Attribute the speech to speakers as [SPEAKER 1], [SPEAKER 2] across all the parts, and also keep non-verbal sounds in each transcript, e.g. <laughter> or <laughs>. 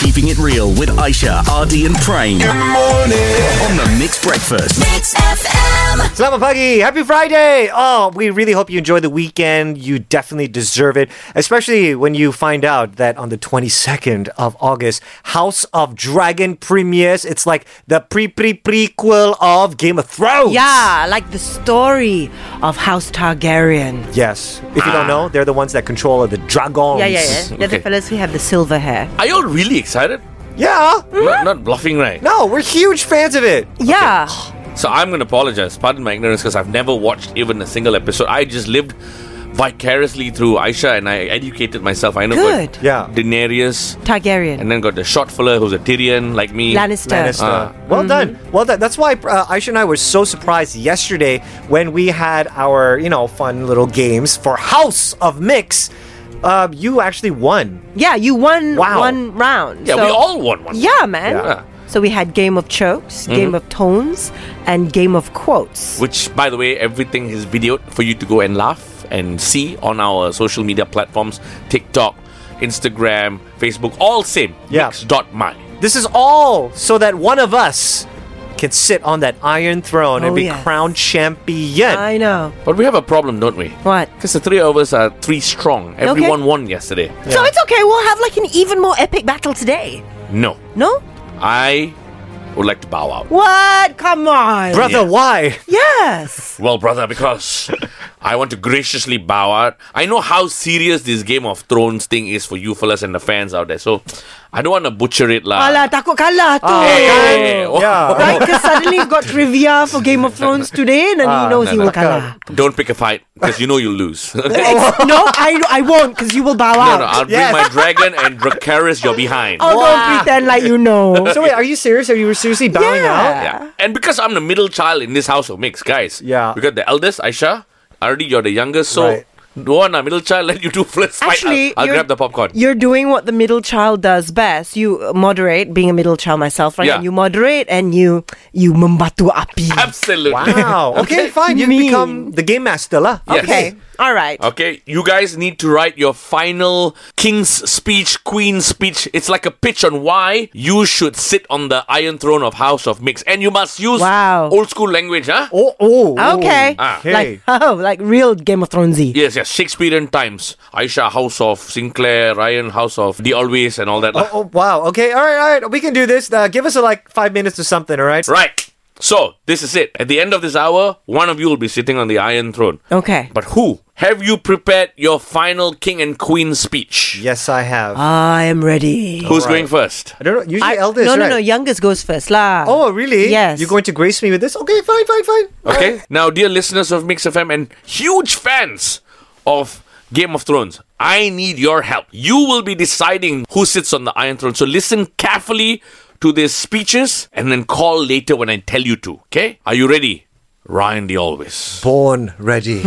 [SPEAKER 1] Keeping it real with Aisha, Ardy, and Prane on the Mixed Breakfast.
[SPEAKER 2] Mix FM.
[SPEAKER 3] Selamat pagi. Happy Friday. Oh, we really hope you enjoy the weekend. You definitely deserve it, especially when you find out that on the 22nd of August, House of Dragon premieres. It's like the pre pre prequel of Game of Thrones.
[SPEAKER 4] Yeah, like the story of House Targaryen.
[SPEAKER 3] Yes. If you don't know, they're the ones that control the dragons.
[SPEAKER 4] Ah. Yeah, yeah, yeah. They're
[SPEAKER 5] Okay.
[SPEAKER 4] the fellas who have the silver hair.
[SPEAKER 5] Are you all really excited?
[SPEAKER 3] Yeah. Mm,
[SPEAKER 4] Hmm?
[SPEAKER 5] Not, not bluffing, right?
[SPEAKER 3] No, we're huge fans of it.
[SPEAKER 4] Yeah.
[SPEAKER 5] So I'm going to apologize. Pardon my ignorance because I've never watched even a single episode. I just lived vicariously through Aisha and I educated myself. I know about
[SPEAKER 4] Good.
[SPEAKER 3] Yeah.
[SPEAKER 5] Daenerys
[SPEAKER 4] Targaryen.
[SPEAKER 5] and then got the short fella who's a Tyrion like me.
[SPEAKER 4] Lannister.
[SPEAKER 3] Lannister.
[SPEAKER 5] Ah.
[SPEAKER 3] well
[SPEAKER 5] Mm-hmm.
[SPEAKER 3] done. Well done. That's why uh, Aisha and I were so surprised yesterday when we had our, you know, fun little games for House of Mix. Uh, you actually won.
[SPEAKER 4] Yeah, you won
[SPEAKER 3] Wow.
[SPEAKER 4] one round.
[SPEAKER 5] Yeah,
[SPEAKER 4] so-
[SPEAKER 5] we all want one.
[SPEAKER 4] Yeah, man.
[SPEAKER 5] Yeah. Mm-hmm.
[SPEAKER 4] So we had Game of Chokes, Game of Tones, and Game of Quotes.
[SPEAKER 5] Which, by the way, everything is videoed for you to go and laugh and see on our social media platforms TikTok, Instagram, Facebook, all same.
[SPEAKER 3] Yeah.
[SPEAKER 5] Mix.my.
[SPEAKER 3] This is all so that one of us can sit on that iron throne and
[SPEAKER 4] Oh,
[SPEAKER 3] be
[SPEAKER 4] yes.
[SPEAKER 3] crowned champion.
[SPEAKER 4] I know.
[SPEAKER 5] But we have a problem, don't we?
[SPEAKER 4] What?
[SPEAKER 5] Because the three of us are three strong. Everyone won yesterday.
[SPEAKER 4] So it's okay. We'll have like an even more epic battle today.
[SPEAKER 5] No.
[SPEAKER 4] No?
[SPEAKER 5] I would like to bow out.
[SPEAKER 4] What? Come on.
[SPEAKER 3] Brother, why?
[SPEAKER 4] Yes.
[SPEAKER 5] Well, brother, because <laughs> I want to graciously bow out. I know how serious this Game of Thrones thing is for you fellas and the fans out there, so I don't want to butcher it, lah.
[SPEAKER 4] Alah, takut kalah tu.
[SPEAKER 5] Hey, oh,
[SPEAKER 3] Yeah.
[SPEAKER 4] <laughs> Right?
[SPEAKER 5] <laughs>
[SPEAKER 4] Because suddenly you've got trivia for Game of Thrones today, and then
[SPEAKER 5] Ah,
[SPEAKER 4] he knows he will kalah.
[SPEAKER 5] Don't pick a fight because you know you'll lose. <laughs> no, no,
[SPEAKER 4] no, I, I won't, because you will bow out.
[SPEAKER 5] I'll bring
[SPEAKER 3] Yes.
[SPEAKER 4] <laughs>
[SPEAKER 5] my dragon and Dracarys. You're behind.
[SPEAKER 4] Oh,
[SPEAKER 3] Wow.
[SPEAKER 4] don't pretend like
[SPEAKER 3] <laughs>
[SPEAKER 4] you know.
[SPEAKER 3] So wait, are you serious? Are you seriously bowing
[SPEAKER 4] <laughs>
[SPEAKER 3] out?
[SPEAKER 5] Yeah. And because I'm the middle child in this house of mix, guys.
[SPEAKER 3] Ah. Yeah.
[SPEAKER 5] We got the eldest, Aisha. Already, you're the youngest, so
[SPEAKER 3] Right.
[SPEAKER 5] go on, uh, middle child. <laughs> Let you two first fight.
[SPEAKER 4] Actually,
[SPEAKER 5] I'll, I'll
[SPEAKER 4] you're-
[SPEAKER 5] grab the popcorn.
[SPEAKER 4] You're doing what the middle child does best. You uh, moderate, being a middle child myself, right?
[SPEAKER 5] Yeah.
[SPEAKER 4] And you moderate and you you membatu api.
[SPEAKER 5] Absolutely.
[SPEAKER 3] Wow. Okay, fine. You've
[SPEAKER 4] Mean.
[SPEAKER 3] become the game master, lah.
[SPEAKER 5] Yes.
[SPEAKER 4] Okay. All right.
[SPEAKER 5] <laughs> Okay, you guys need to write your final king's speech, queen's speech. It's like a pitch on why you should sit on the iron throne of House of Mix. And you must use
[SPEAKER 4] Wow.
[SPEAKER 5] old school language, huh?
[SPEAKER 3] Oh, oh. oh.
[SPEAKER 4] Okay.
[SPEAKER 5] Ah.
[SPEAKER 4] Like <laughs> oh, like real Game of Thronesy.
[SPEAKER 5] Yes, yes, Shakespearean times. Aisha House of Sinclair, Ryan House of The Always, and all that. lah.
[SPEAKER 3] Oh, wow. Okay. All right. All right. We can do this. Uh, give us uh, like five minutes or something. All right.
[SPEAKER 5] Right. So, this is it. At the end of this hour, one of you will be sitting on the Iron Throne.
[SPEAKER 4] Okay.
[SPEAKER 5] But who? Have you prepared your final king and queen speech?
[SPEAKER 3] Yes, I have.
[SPEAKER 4] I am ready.
[SPEAKER 5] Who's going first?
[SPEAKER 3] I don't know. Usually
[SPEAKER 4] Uh, I-
[SPEAKER 3] eldest.
[SPEAKER 4] no, no,
[SPEAKER 3] right?
[SPEAKER 4] no. Youngest goes first, lah.
[SPEAKER 3] Oh, really?
[SPEAKER 4] Yes.
[SPEAKER 3] You're going to grace me with this? Okay. Fine. Fine. Fine.
[SPEAKER 5] Okay. Now, dear listeners of Mix FM and huge fans of Game of Thrones, I need your help. You will be deciding who sits on the Iron Throne. So listen carefully to their speeches and then call later when I tell you to. Okay? Are you ready? Ryan the Always.
[SPEAKER 3] Born ready.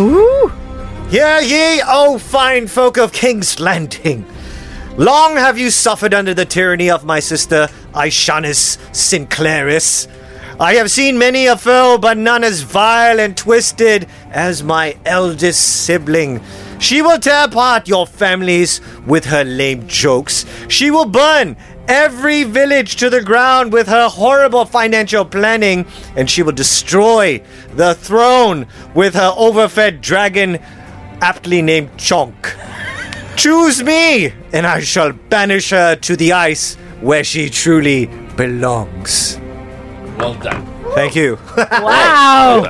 [SPEAKER 3] Hear ye, O fine folk of King's Landing. Long have you suffered under the tyranny of my sister, Aishanis Sinclairis. I have seen many a foe, but none as vile and twisted as my eldest sibling. She will tear apart your families with her lame jokes. She will burn every village to the ground with her horrible financial planning, and she will destroy the throne with her overfed dragon, aptly named Chonk. Choose me, and I shall banish her to the ice where she truly belongs.
[SPEAKER 5] Well done.
[SPEAKER 3] Thank you. <laughs>
[SPEAKER 4] wow.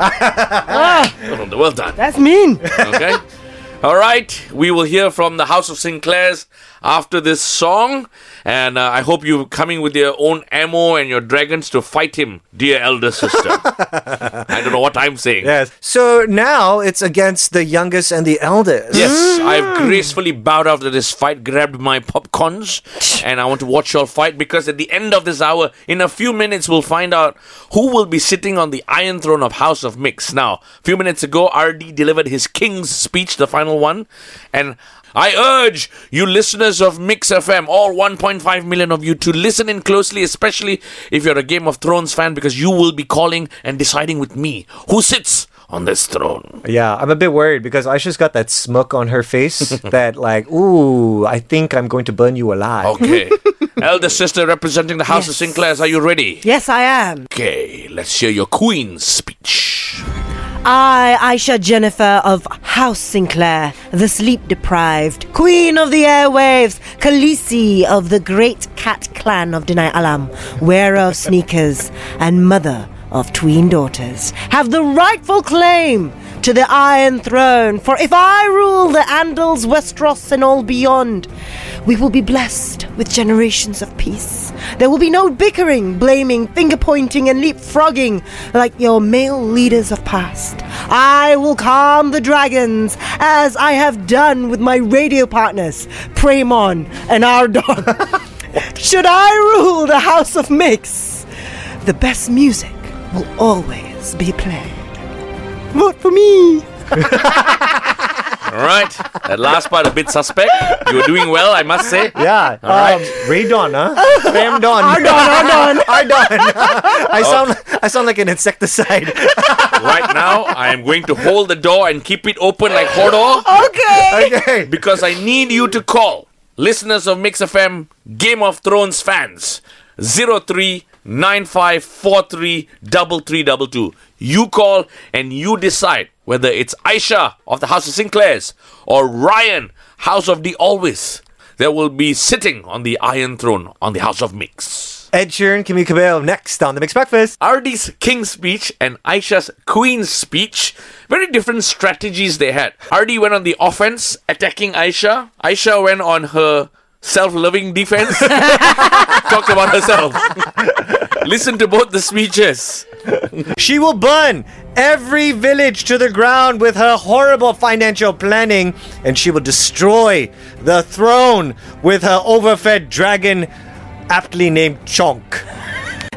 [SPEAKER 5] Well done.
[SPEAKER 4] That's mean.
[SPEAKER 5] Okay. All right. We will hear from the House of Sinclairs after this song. And uh, I hope you're coming with your own ammo and your dragons to fight him, dear elder sister. <laughs> I don't know what I'm saying.
[SPEAKER 3] yes. So now it's against the youngest and the eldest.
[SPEAKER 5] Yes, I've gracefully bowed after this fight, grabbed my popcorns, and I want to watch y'all fight because at the end of this hour, in a few minutes, we'll find out who will be sitting on the Iron Throne of House of Mix. Now, a few minutes ago, RD delivered his King's speech, the final one, and I urge you listeners of Mix FM, all 1.5 million of you, to listen in closely, especially if you're a Game of Thrones fan, because you will be calling and deciding with me who sits on this throne.
[SPEAKER 3] Hmm? Yeah, I'm a bit worried because Aisha's got that smirk on her face that, like, ooh, I think I'm going to burn you alive.
[SPEAKER 5] Okay. Elder sister representing the House of
[SPEAKER 4] Yes.
[SPEAKER 5] Sinclairs, are you ready?
[SPEAKER 4] Yes, I am.
[SPEAKER 5] Okay, let's hear your Queen's speech.
[SPEAKER 4] I, Aisha Jennifer of House Sinclair, the sleep deprived, queen of the airwaves, Khaleesi of the great cat clan of Denai Alam, wearer of sneakers, and mother of tween daughters, have the rightful claim to the Iron Throne. For if I rule the Andals, Westeros, and all beyond, we will be blessed with generations of peace. There will be no bickering, blaming, finger pointing, and leapfrogging like your male leaders of past. I will calm the dragons as I have done with my radio partners, Praemon and Ardon. Should I rule the House of Mix, the best music will always be played. Vote for me!
[SPEAKER 5] All right, that last part a bit suspect. You were doing well, I must say.
[SPEAKER 3] Yeah. Um, Radon, huh? Spam Don. Ardon, <laughs> Ardon. I sound, I sound like an insecticide. <laughs>
[SPEAKER 5] Right now, I am going to hold the door and keep it open like Hodor.
[SPEAKER 4] Okay!
[SPEAKER 3] okay.
[SPEAKER 5] because I need you to call listeners of Mix FM Game of Thrones fans 0395433322. You call and you decide whether it's Aisha of the House of Sinclairs or Ryan, House of the Always. That will be sitting on the Iron Throne on the House of Mix.
[SPEAKER 3] Ed Sheeran, Kimmy Cabello, next on the Mixed Breakfast.
[SPEAKER 5] RD's King's speech and Aisha's Queen's speech, very different strategies they had. RD went on the offense, attacking Aisha. Aisha went on her self loving defense, <laughs> talked about herself. <laughs> Listen to both the speeches.
[SPEAKER 3] She will burn every village to the ground with her horrible financial planning, and she will destroy the throne with her overfed dragon, aptly named Chonk.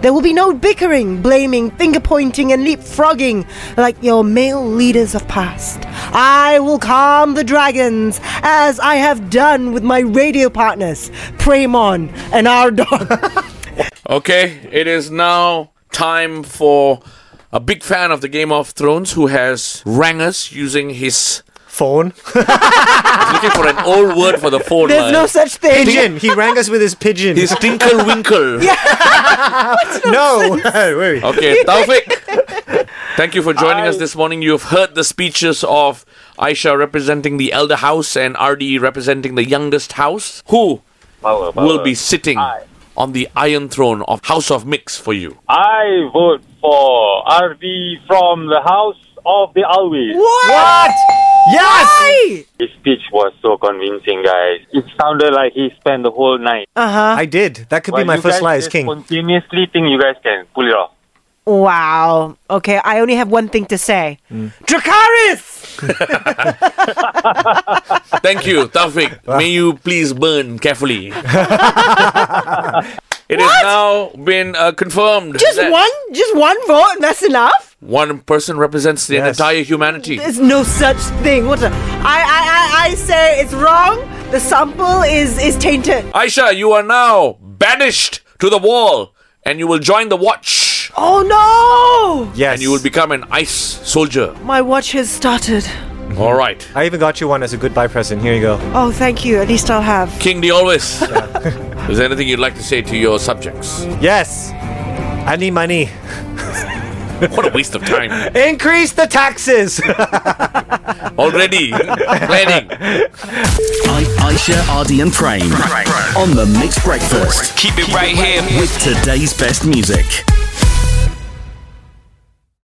[SPEAKER 4] There will be no bickering, blaming, finger pointing, and leapfrogging like your male leaders of past. I will calm the dragons as I have done with my radio partners, Praemon and Ardon.
[SPEAKER 5] Okay, it is now time for a big fan of the Game of Thrones who has rang us using his.
[SPEAKER 3] Phone?
[SPEAKER 5] Looking for an old word for the phone.
[SPEAKER 4] There's
[SPEAKER 5] line.
[SPEAKER 4] no such thing.
[SPEAKER 3] Pigeon. <laughs> He rang us with his pigeon. <laughs>
[SPEAKER 5] His tinkle
[SPEAKER 4] <laughs>
[SPEAKER 5] winkle.
[SPEAKER 3] no. Wait, wait.
[SPEAKER 5] Okay, Taufik. Thank you for joining us this morning. You have heard the speeches of Aisha representing the elder house and RD representing the youngest house. Who
[SPEAKER 2] Power, power.
[SPEAKER 5] will be sitting
[SPEAKER 2] Aye.
[SPEAKER 5] on the iron throne of House of Mix for you?
[SPEAKER 2] I vote for RD from the House of the Always.
[SPEAKER 3] What? Yes!
[SPEAKER 2] His speech was so convincing, guys. It sounded like he spent the whole night.
[SPEAKER 3] I did. That could be my
[SPEAKER 2] you
[SPEAKER 3] first
[SPEAKER 2] guys
[SPEAKER 3] lie as
[SPEAKER 2] just
[SPEAKER 3] king.
[SPEAKER 2] Continuously think you guys can pull it off.
[SPEAKER 4] Wow. Okay, I only have one thing to say. Dracaris!
[SPEAKER 5] Thank you, Taufik. May you please burn carefully. It has now been uh, confirmed.
[SPEAKER 4] Just
[SPEAKER 5] that
[SPEAKER 4] one, just one vote, and that's enough.
[SPEAKER 5] one person represents the
[SPEAKER 3] Yes.
[SPEAKER 5] entire humanity.
[SPEAKER 4] There's no such thing. What? The, I, I, I, I say it's wrong. The sample is is tainted.
[SPEAKER 5] Aisha, you are now banished to the wall and you will join the watch.
[SPEAKER 4] Oh no!
[SPEAKER 3] Yes.
[SPEAKER 5] and you will become an ice soldier.
[SPEAKER 4] My watch has started.
[SPEAKER 5] All right.
[SPEAKER 3] I even got you one as a goodbye present. Here you go.
[SPEAKER 4] Oh, thank you. At least I'll have.
[SPEAKER 5] King the Always. <laughs> Is there anything you'd like to say to your subjects?
[SPEAKER 3] Yes. I need money.
[SPEAKER 5] What a waste of time.
[SPEAKER 3] Increase the taxes. <laughs>
[SPEAKER 5] Already planning.
[SPEAKER 1] I- Aisha, Ardy, and Prane on the Mixed Breakfast
[SPEAKER 6] Keep it right here.
[SPEAKER 1] with today's best music.